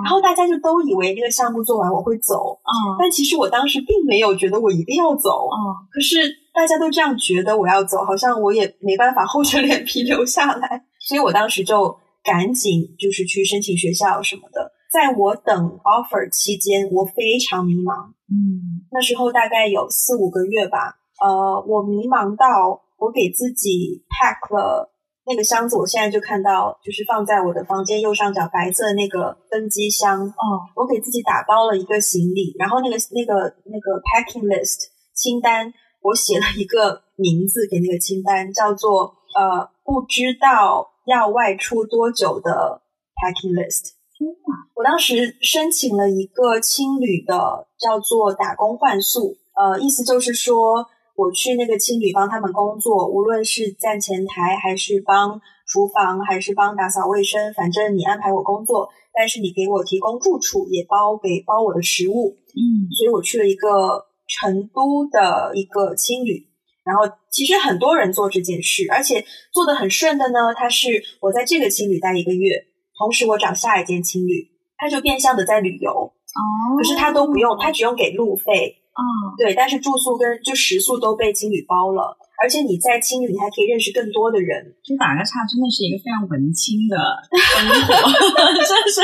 B: 然
A: 啊
B: 后大家就都以为这个项目做完我会走，
A: 啊
B: 但其实我当时并没有觉得我一定要走，
A: 啊，
B: 可是大家都这样觉得我要走，好像我也没办法厚着脸皮留下来， 所以我当时就赶紧就是去申请学校什么的。在我等 offer 期间，我非常迷茫，
A: 嗯
B: 那时候大概有四五个月吧，呃，我迷茫到我给自己 pack 了那个箱子，我现在就看到，就是放在我的房间右上角白色的那个登机箱，
A: 哦
B: 我给自己打包了一个行李，然后那个那个那个 packing list 清单，我写了一个名字给那个清单，叫做呃不知道要外出多久的 packing list。
A: 天哪，
B: 我当时申请了一个青旅的，叫做打工换宿，呃，意思就是说我去那个青旅帮他们工作，无论是站前台还是帮厨房，还是帮打扫卫生，反正你安排我工作，但是你给我提供住处，也包给包我的食物，
A: 嗯
B: 所以我去了一个成都的一个青旅。然后其实很多人做这件事，而且做的很顺的呢，它是我在这个青旅待一个月，同时我找下一间青旅，它就变相的在旅游，
A: 哦，
B: 可是它都不用，它只用给路费，
A: 啊
B: 对，但是住宿跟就食宿都被青旅包了，而且你在青旅你还可以认识更多的人，
A: 这打个岔，真的是一个非常文青的生活， 真是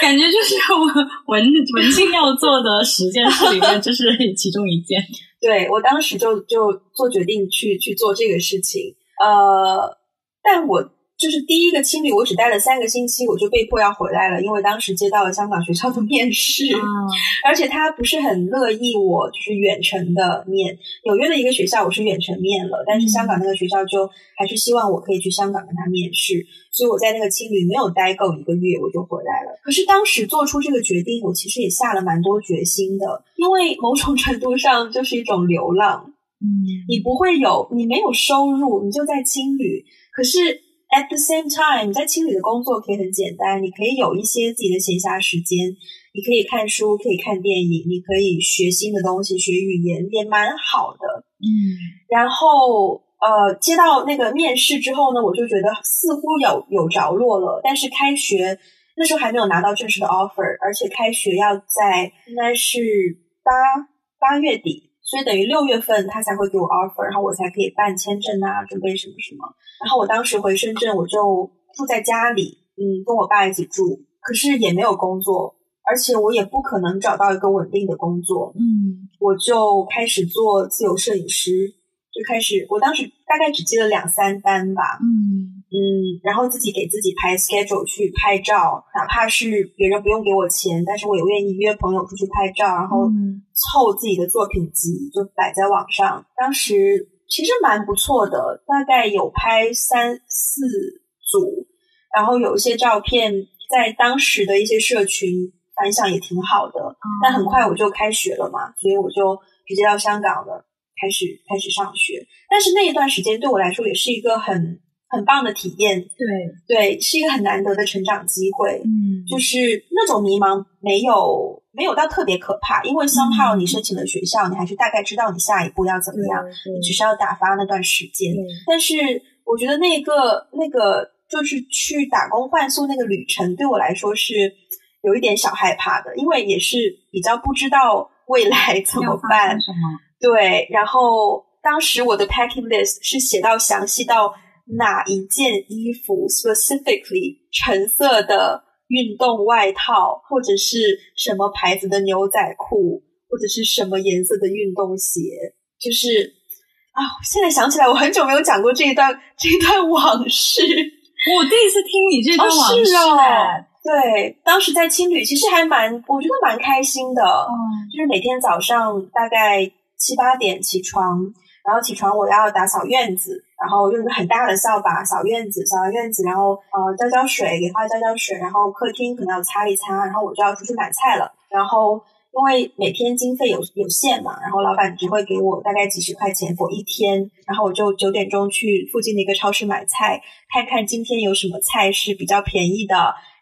A: 感觉就是我文文青要做的十件事里面，这是其中一件。
B: 对我当时就就做决定去去做这个事情，呃，但我就是第一个青旅，我只待了三个星期，我就被迫要回来了，因为当时接到了香港学校的面试，
A: 嗯
B: 而且他不是很乐意我就是远程的面。纽约的一个学校我是远程面了，但是香港那个学校就还是希望我可以去香港跟他面试，所以我在那个青旅没有待够一个月我就回来了。可是当时做出这个决定，我其实也下了蛮多决心的，因为某种程度上就是一种流浪。
A: 嗯，
B: 你不会有，你没有收入，你就在青旅。可是 at the same time，你在青旅的工作可以很简单，你可以有一些自己的闲暇时间，你可以看书，可以看电影，你可以学新的东西，学语言也蛮好的。
A: 嗯
B: 然后呃，接到那个面试之后呢，我就觉得似乎有有着落了，但是开学那时候还没有拿到正式的 offer，而且开学要在应该是八八月底。所以等于六月份他才会给我 offer，然后我才可以办签证啊，准备什么什么。然后我当时回深圳，我就住在家里，嗯，跟我爸一起住，可是也没有工作，而且我也不可能找到一个稳定的工作，
A: 嗯
B: 我就开始做自由摄影师，就开始，我当时大概只接了两三单吧，
A: 嗯
B: 嗯，然后自己给自己排 schedule 去拍照，哪怕是别人不用给我钱，但是我也愿意约朋友出去拍照，然后
A: 嗯
B: 凑自己的作品集，就摆在网上。当时其实蛮不错的，大概有拍三四组，然后有一些照片在当时的一些社群反响也挺好的，但很快我就开学了嘛，所以我就直接到香港了，开始开始上学。但是那一段时间对我来说也是一个很很棒的体验，
A: 对，
B: 对，是一个很难得的成长机会。
A: 嗯
B: 就是那种迷茫没有没有到特别可怕，
A: 嗯
B: 因为 somehow 你申请了学校，你还是大概知道你下一步要怎么样，
A: 对
B: 你只是要打发那段时间。
A: 对
B: 但是我觉得那个那个就是去打工换宿那个旅程，对我来说是有一点小害怕的，因为也是比较不知道未来怎么
A: 要发
B: 办
A: 生。什么？
B: 对，然后当时我的 packing list 是写到详细到哪一件衣服，specifically 橙色的运动外套，或者是什么牌子的牛仔裤，或者是什么颜色的运动鞋，就是啊，现在想起来，我很久没有讲过这一段这一段往事。
A: 我第一次听你 这段
B: 哦
A: 往事
B: 是哦
A: 哎，
B: 对，当时在青旅其实还蛮，我觉得蛮开心的。
A: 哦
B: 就是每天早上大概七八点起床，然后起床我要打扫院子，然后用一个很大的扫把扫院子，扫完院子，然后呃浇浇水，给花浇浇水，然后客厅可能要擦一擦，然后我就要出去买菜了。然后因为每天经费有有限嘛，然后老板只会给我大概几十块钱我一天，然后我就九点钟去附近的一个超市买菜，看看今天有什么菜是比较便宜的，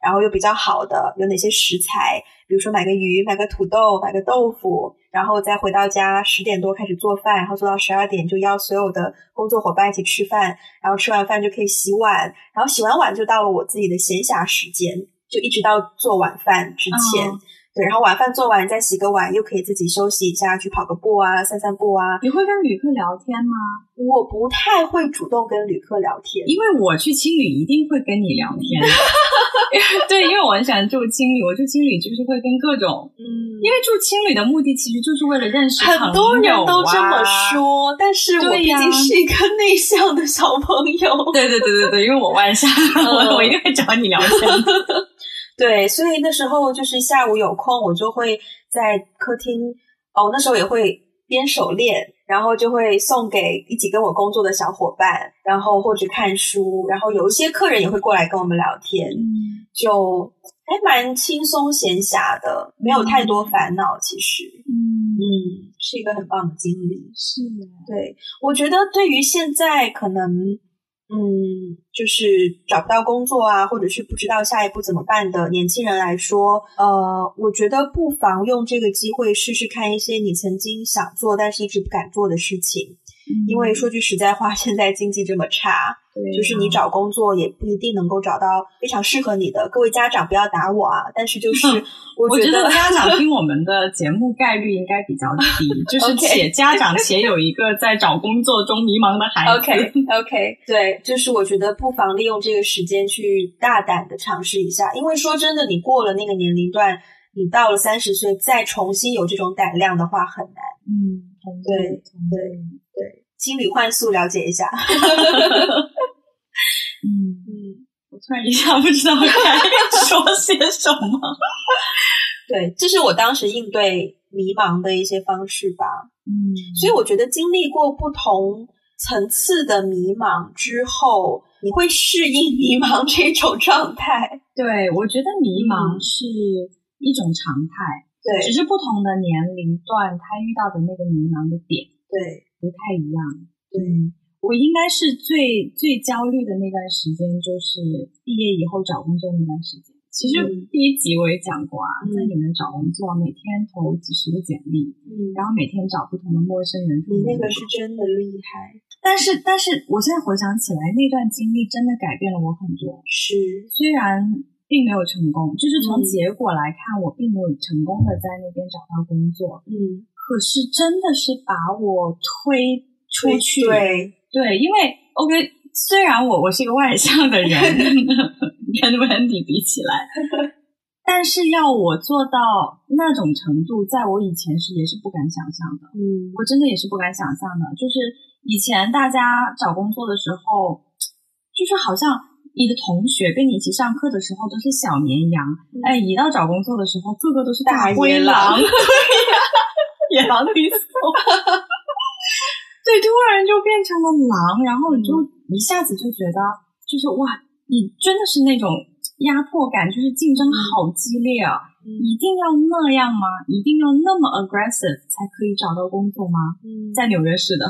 B: 然后又比较好的，有哪些食材，比如说买个鱼，买个土豆，买个豆腐，然后再回到家十点多开始做饭，然后做到十二点就邀所有的工作伙伴一起吃饭，然后吃完饭就可以洗碗，然后洗完碗就到了我自己的闲暇时间，就一直到做晚饭之前。
A: 嗯
B: 对，然后晚饭做完再洗个碗，又可以自己休息一下，去跑个步啊，散散步啊。
A: 你会跟旅客聊天吗？
B: 我不太会主动跟旅客聊天，
A: 因为我去青旅一定会跟你聊天， 对，因为我很喜欢住青旅，我住青旅就是会跟各种，
B: 嗯
A: 因为住青旅的目的其实就是为了认识朋友、啊、
B: 很多人都这么。说，但是我
A: 对
B: 毕
A: 呀
B: 竟是一个内向的小朋友，
A: 对对对对对，因为我外向， 我我一定会找你聊天的。
B: 对，所以那时候就是下午有空，我就会在客厅，哦，那时候也会编手链，然后就会送给一起跟我工作的小伙伴，然后或者看书，然后有一些客人也会过来跟我们聊天，
A: 嗯
B: 就还蛮轻松闲暇的，没有太多烦恼。其实，
A: 嗯，
B: 嗯，是一个很棒的经历。
A: 是
B: 对，我觉得对于现在可能，嗯，就是找不到工作啊，或者是不知道下一步怎么办的年轻人来说，呃，我觉得不妨用这个机会试试看一些你曾经想做但是一直不敢做的事情。因为说句实在话，现在经济这么差，就是你找工作也不一定能够找到非常适合你的。各位家长不要打我啊！但是就是
A: 我
B: 我
A: 觉
B: 觉
A: 得
B: 得，
A: 家长听我们的节目概率应该比较低， 就是且家长且有一个在找工作中迷茫的孩子。
B: OK OK，对， 就是我觉得不妨利用这个时间去大胆的尝试一下，因为说真的，你过了那个年龄段，你到了三十岁再重新有这种胆量的话很难。
A: 嗯，同
B: 对
A: 同
B: 对，对，心理幻术了解一下。
A: 嗯，
B: 嗯，
A: 我突然一下不知道该 说些什么。
B: 对，这是我当时应对迷茫的一些方式吧。
A: 嗯，
B: 所以我觉得经历过不同层次的迷茫之后，你会适应迷茫这种状态。
A: 对，我觉得迷茫
B: 嗯
A: 是一种常态，只
B: 对
A: 是不同的年龄段，他遇到的那个迷茫的点
B: 对
A: 不太一样。
B: 对，
A: 我应该是最最焦虑的那段时间，就是毕业以后找工作那段时间。其实
B: 嗯
A: 第一集我也讲过啊，
B: 嗯
A: 在纽约找工作，每天投几十个简历，
B: 嗯，
A: 然后每天找不同的陌生人。
B: 你那个是真的厉害，
A: 但是但是我现在回想起来，那段经历真的改变了我很多。
B: 是
A: 虽然并没有成功，就是从
B: 嗯
A: 结果来看，我并没有成功的在那边找到工作，
B: 嗯，
A: 可是真的是把我推出去。
B: 对
A: 对，因为 OK，虽然我我是一个外向 的人，跟 Wendy 比起来，但是要我做到那种程度，在我以前是也是不敢想象的，
B: 嗯
A: 我真的也是不敢想象的。就是以前大家找工作的时候，就是好像你的同学跟你一起上课的时候都是小绵羊，
B: 嗯
A: 哎，一到找工作的时候，个个都是大
B: 大
A: 灰
B: 野
A: 狼，
B: 狼
A: 对呀、野狼 disco。对，突然就变成了狼，然后你就
B: 嗯
A: 一下子就觉得，就是哇，你真的是那种压迫感，就是竞
B: 嗯
A: 争好激烈啊！一定要那样吗？一定要那么 aggressive 才可以找到工作吗？
B: 嗯
A: 在纽约市的。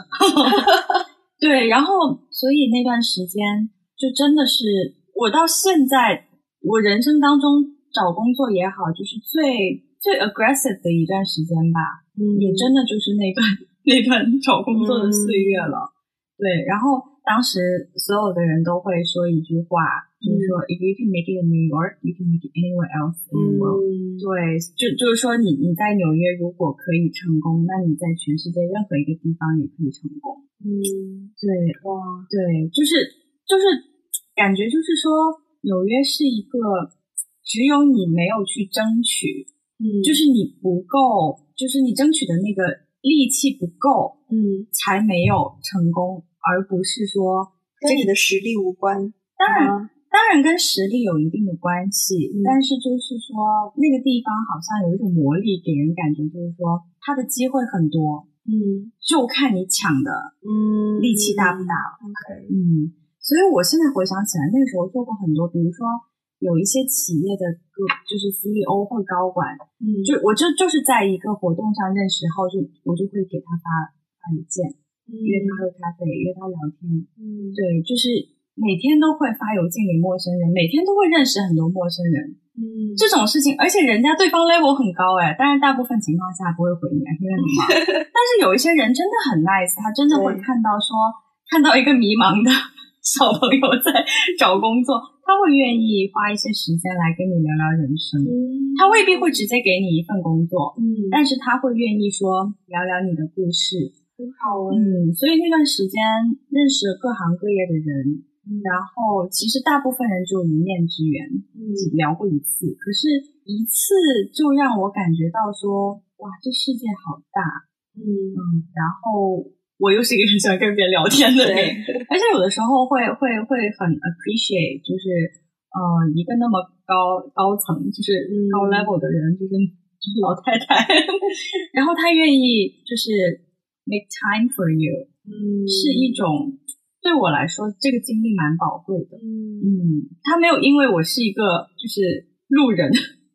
A: 对，然后所以那段时间就真的是我到现在，我人生当中找工作也好，就是最最 aggressive 的一段时间吧，
B: 嗯
A: 也真的就是那段 那段找工作的岁月了。对，然后当时所有的人都会说一句话，就是说、If you can make it in New York, you can make it anywhere else in the world。
B: 嗯
A: 对，就就是说你，你在纽约如果可以成功，那你在全世界任何一个地方也可以成功。
B: 嗯
A: 对
B: 哇
A: 对，就是就是感觉就是说，纽约是一个只有你没有去争取，
B: 嗯
A: 就是你不够，就是你争取的那个力气不够，
B: 嗯
A: 才没有成功，而不是说，
B: 跟你的实力无关，
A: 当然
B: 啊
A: 当然跟实力有一定的关系，
B: 嗯
A: 但是就是说那个地方好像有一种魔力，给人感觉就是说它的机会很多，
B: 嗯
A: 就看你抢的
B: 嗯，
A: 力气大不大了。
B: ？OK，
A: 嗯，所以我现在回想起来，那个时候做过很多，比如说有一些企业的个就是 CEO 或高管，
B: 嗯
A: 就我就就是在一个活动上认识后，就我就会给他发发邮件，约他喝咖啡，约他聊天，
B: 嗯
A: 对，就是每天都会发邮件给陌生人，每天都会认识很多陌生人，
B: 嗯
A: 这种事情，而且人家对方 level 很高哎，但是大部分情况下不会回你，啊因为很忙。但是有一些人真的很 nice，他真的会
B: 对
A: 看到说看到一个迷茫的小朋友在找工作，他会愿意花一些时间来跟你聊聊人生。
B: 嗯
A: 他哎未必会直接给你一份工作，
B: 嗯，
A: 但是他会愿意说聊聊你的故事。
B: 很好哎，
A: 嗯，所以那段时间认识了各行各业的人，然后其实大部分人只有一面之缘。
B: 嗯
A: 只聊过一次，可是一次就让我感觉到说，哇，这世界好大，
B: 嗯
A: 嗯，然后我又是一个很喜欢跟别人聊天的人，
B: 对，
A: 而且有的时候会会会很 appreciate，就是呃，一个那么高高层，就是
B: 嗯
A: 高 level 的人，就是就是老太太， 然后她愿意就是 make time for you，、
B: 嗯
A: 是一种对我来说这个经历蛮宝贵的。
B: 嗯
A: 嗯，他没有因为我是一个就是路人，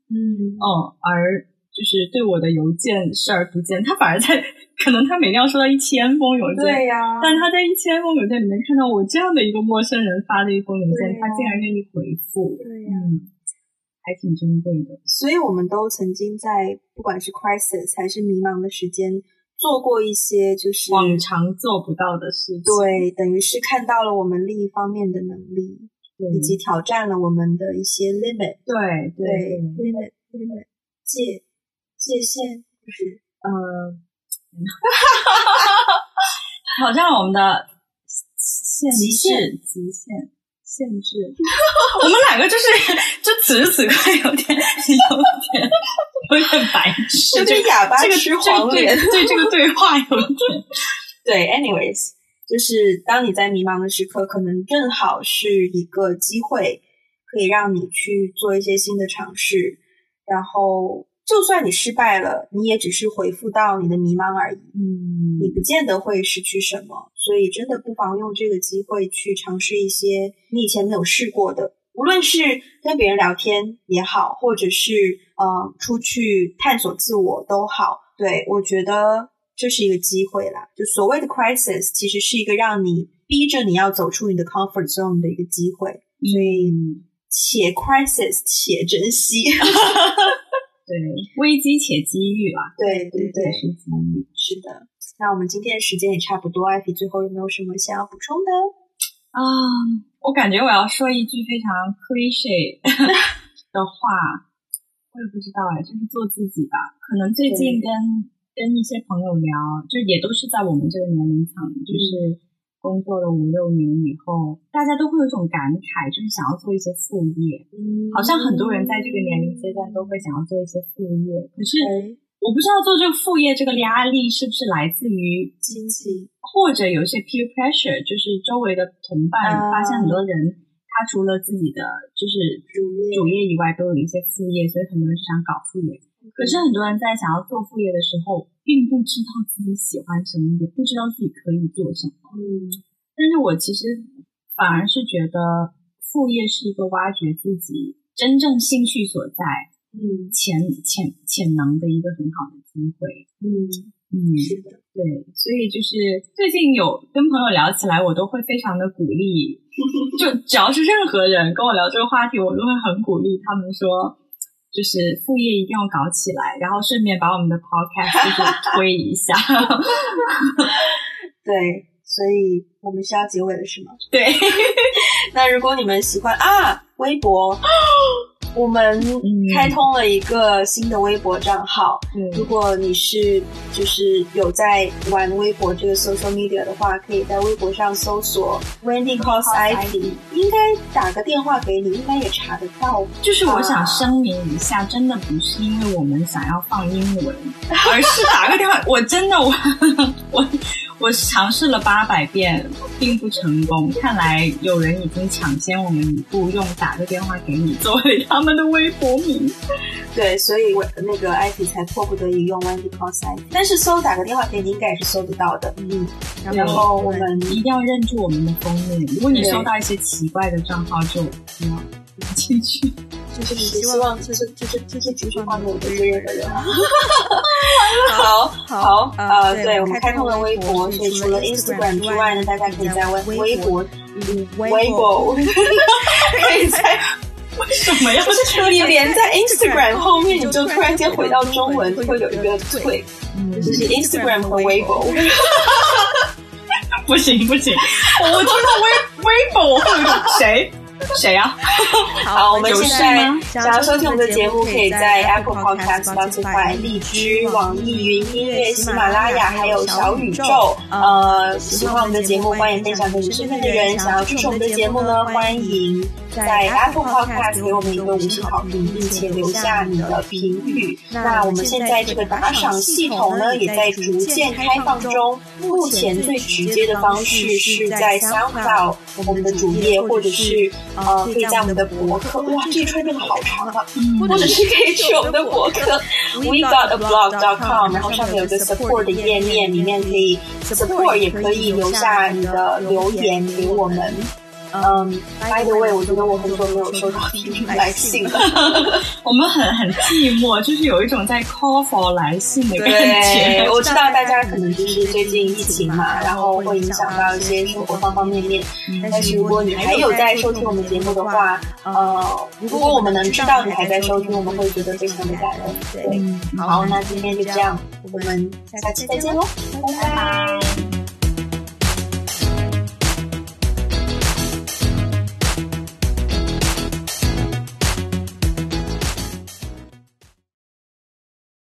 B: 嗯
A: 嗯，而就是对我的邮件视而不见，他反而在可能他每天要收到一千封邮件，
B: 对啊呀，
A: 但他在一千封邮件里面看到我这样的一个陌生人发的一封邮件，
B: 对啊
A: 他竟然愿意回复，
B: 对啊呀。
A: 嗯，还挺珍贵的。
B: 所以我们都曾经在不管是 crisis 还是迷茫的时间，做过一些就是
A: 往常做不到的事情，
B: 对，等于是看到了我们另一方面的能力，
A: 对
B: 以及挑战了我们的一些 limit，
A: 对对，
B: 对 limit limit 界界限，就是
A: 呃，挑战我们的限
B: 极限
A: 制极限限制。我们两个就是， 就此时此刻有点有点有点白痴，
B: 有
A: 就
B: 点哑巴
A: 这个
B: 吃黄
A: 这
B: 连
A: 个。对对这个对话有点
B: 对，anyways，就是当你在迷茫的时刻，可能正好是一个机会，可以让你去做一些新的尝试。然后，就算你失败了，你也只是回复到你的迷茫而已，
A: 嗯
B: 你不见得会失去什么。所以，真的不妨用这个机会去尝试一些你以前没有试过的，无论是跟别人聊天也好，或者是呃出去探索自我都好。对我觉得这是一个机会啦。就所谓的 crisis，其实是一个让你逼着你要走出你的 comfort zone 的一个机会。所以，且 crisis 且珍惜。
A: 对危机且机遇啦，危
B: 对对
A: 机
B: 对
A: 也，是机遇。
B: 是的。那我们今天的时间也差不多，艾菲最后有没有什么想要补充的？
A: 啊、我感觉我要说一句非常 cliche 的话，我也不知道哎，就是做自己吧。可能最近
B: 对
A: 跟跟一些朋友聊，就也都是在我们这个年龄层，就是
B: 嗯
A: 工作了五六年以后，大家都会有一种感慨，就是想要做一些副业。
B: 嗯
A: 好像很多人在这个年龄阶段都会想要做一些副业，可是
B: 对
A: 我不知道做这个副业这个压力是不是来自于
B: 经济，
A: 或者有一些 peer pressure，就是周围的同伴
B: 啊
A: 发现很多人他除了自己的就是
B: 主业
A: 主业以外，都有一些副业，所以很多人就想搞副业。可是很多人在想要做副业的时候，并不知道自己喜欢什么，也不知道自己可以做什么。
B: 嗯
A: 但是我其实反而是觉得副业是一个挖掘自己真正兴趣所在、
B: 嗯
A: 潜潜潜能的一个很好的机会。
B: 嗯，
A: 嗯，
B: 是的，
A: 对，所以就是最近有跟朋友聊起来，我都会非常的鼓励，就只要是任何人跟我聊这个话题，我都会很鼓励他们说，就是副业一定要搞起来，然后顺便把我们的 podcast 就是推一下。
B: 对。所以我们是要结尾了，是吗？
A: 对，
B: 那如果你们喜欢啊，微 博，我们
A: 嗯
B: 开通了一个新的微博账号。
A: 对，
B: 如果你是就是有在玩微博这个 social media 的话，可以在微博上搜索 Wendy Cos ID，应该打个电话给你，应该也查得到。
A: 就是我想声明一下，真的不是因 为我们想要放英文，而是打个电话，我真的我我我我尝试了八百遍，并不成功。看来有人已经抢先我们一步，用打个电话给你作为他们的微博名。
B: 对，所以我那个艾比才迫不得已用 Wendy Cos 但是搜打个电话给你应该也是搜得到的。嗯，然后我们
A: 一定要认住我们的封面。如果你收到一些奇怪的账号，就不要进去。
C: 就是
B: 是
C: 希
B: 希
C: 望
B: 望
C: 就是就是就是
B: 继
C: 职
B: 续
C: 场
B: 放
C: 中
B: 给我
C: 有
B: 的这
C: 这个
B: 个人
C: 人。
B: 啊。好好
C: 啊
B: 呃，
C: 对
B: 对，我们开通了微博，所以除了 Instagram 之外呢，大家可以在微微博、嗯
C: 微
B: 微博，可以在
A: 为什么要
B: 就是你连在 Instagram 后面，你
C: 你就
B: 就
C: 突
B: 突
C: 然
B: 然
C: 间
B: 间
C: 回
B: 回
C: 到
B: 到
C: 中
B: 中
C: 文
B: 文，
C: 会
B: 会有
C: 有一
B: 一
C: 个
B: 个
C: 退
B: 退，
A: 嗯
B: 就是
C: Instagram
B: Instagram
C: 和
B: 和
C: 微
B: 微
C: 博
B: 博。
A: 不行不行，我听到微微博我会有种谁谁啊？
B: 好，我
C: 我
B: 们
A: 有
B: 现
A: 事
B: 在
A: 吗
C: 想
B: 想
C: 要
B: 要
C: 收
B: 收
C: 听
B: 听我
C: 我
B: 们
C: 们的
B: 的
C: 节
B: 节
C: 目，
B: 目，
C: 可
B: 可
C: 以
B: 以
C: 在
B: 在
C: Apple
B: Apple Podcast、
C: Podcast、Spotify、
B: Spotify、
C: 荔
B: 荔
C: 枝、
B: 枝、
C: 网
B: 网
C: 易
B: 易
C: 云
B: 云
C: 音
B: 音
C: 乐、
B: 乐、
C: 喜
B: 喜
C: 马
B: 马
C: 拉
B: 拉
C: 雅
B: 雅
C: 还
B: 还
C: 有
B: 有
C: 小
B: 小
C: 宇
B: 宇
C: 宙
B: 宙。
C: 呃
B: 呃，
C: 喜
B: 喜
C: 欢
B: 欢我
C: 我
B: 们
C: 们的
B: 的
C: 节
B: 节
C: 目
B: 目，
C: 欢
B: 欢迎
C: 迎分
B: 分
C: 享
B: 享给你
C: 给你身
B: 身
C: 边
B: 边
C: 的
B: 的
C: 人
B: 人。
C: 想
B: 想
C: 要
B: 要支
C: 支持
B: 持
C: 我
B: 我
C: 们
B: 们的
C: 的节
B: 节目
C: 目呢
B: 呢，
C: 欢
B: 欢
C: 迎
B: 迎
C: 在
B: 在
C: Apple
B: Apple Podcast
C: Podcast 给
B: 给我们一
C: 我们一个
B: 个
C: 五
B: 五
C: 星
B: 星
C: 好
B: 好
C: 评
B: 评，
C: 并
B: 并
C: 且
B: 且
C: 留
B: 留
C: 下
B: 下
C: 你
B: 你
C: 的
B: 的
C: 评
B: 评
C: 语
B: 语。
C: 那
B: 那
C: 我
B: 我们现
C: 们现在
B: 在
C: 这
B: 这
C: 个
B: 个
C: 打
B: 打
C: 赏
B: 赏
C: 系
B: 系
C: 统
B: 统
C: 呢
B: 呢，
C: 也
B: 也
C: 在
B: 在
C: 逐
B: 逐
C: 渐
B: 渐
C: 开
B: 开
C: 放
B: 放
C: 中
B: 中。
C: 目
B: 目
C: 前
B: 前
C: 最
B: 最
C: 直
B: 直
C: 接
B: 接
C: 的
B: 的
C: 方
B: 方
C: 式
B: 式
C: 是
B: 是
C: 在
B: 在
C: SoundCloud
B: SoundCloud
C: 我
B: 我们
C: 们的
B: 的
C: 主
B: 主
C: 页
B: 页，
C: 或
B: 或者
C: 者是
B: 是
C: 呃
B: 呃，
C: 可
B: 可
C: 以
B: 以
C: 在
B: 在
C: 我
B: 我们
C: 们的
B: 的
C: 博
B: 博
C: 客
B: 客，
C: 哇
B: 哇，
C: 这
B: 这
C: 一
B: 一
C: 串
B: 串变
C: 变得
B: 得
C: 好
B: 好
C: 长
B: 长
C: 啊
B: 啊！
A: 嗯
B: 或者是可以去我们的博客
C: we
B: we got
C: got a
B: a
C: blog dot
B: blog
C: com，
B: com，
C: 然
B: 然
C: 后
B: 后
C: 上
B: 上
C: 面
B: 面有一个
C: 有一个 support
B: support
C: 的
B: 的
C: 页
B: 页面，
C: 面里
B: 里
C: 面
B: 面
C: 可
B: 可
C: 以
B: 以
C: support
B: support
C: 也
B: 也
C: 可
B: 可
C: 以
B: 以
C: 留
B: 留
C: 下
B: 下
C: 你
B: 你
C: 的
B: 的
C: 留
B: 留
C: 言
B: 言
C: 给
B: 给
C: 我
B: 我
C: 们
B: 们。
C: 嗯
B: 嗯
C: ，by
B: ，by
C: the
B: the
C: way，
B: way，
C: 我
B: 我
C: 觉
B: 觉
C: 得
B: 得
C: 我
B: 我
C: 很
B: 很
C: 久
B: 久
C: 没
B: 没有
C: 有收
B: 收
C: 到
B: 到
C: 听
B: 听
C: 众
B: 众
C: 来
B: 来
C: 信
B: 信
C: 了
B: 了。
A: 我们很很寂寞，就是有一种在 call for 来信的感觉
B: 对，。我
C: 知
B: 知
C: 道
B: 道
C: 大
B: 大家
C: 家可
B: 可
C: 能
B: 能
C: 就
B: 就是是
C: 最
B: 最
C: 近
B: 近
C: 疫
B: 疫
C: 情
B: 情
C: 嘛
B: 嘛，
C: 然
B: 然
C: 后
B: 后
C: 会
B: 会
C: 影
B: 影
C: 响
B: 响
C: 到
B: 到
C: 一
B: 一
C: 些
B: 些
C: 生
B: 生
C: 活
B: 活
C: 方
B: 方
C: 方
B: 方
C: 面
B: 面
C: 面
B: 面。
A: 嗯
B: 但是如果你还有在收听我们节目的话，呃，如果我们能知道你还在收听，我们会觉得非常的感恩。对，
A: 嗯
B: 好，那今天就这样，
C: 我
B: 我
C: 们
B: 们
C: 下
B: 下
C: 期
B: 期
C: 再
B: 再
C: 见
B: 见
C: 喽
B: 喽，
C: 拜
B: 拜
C: 拜
B: 拜。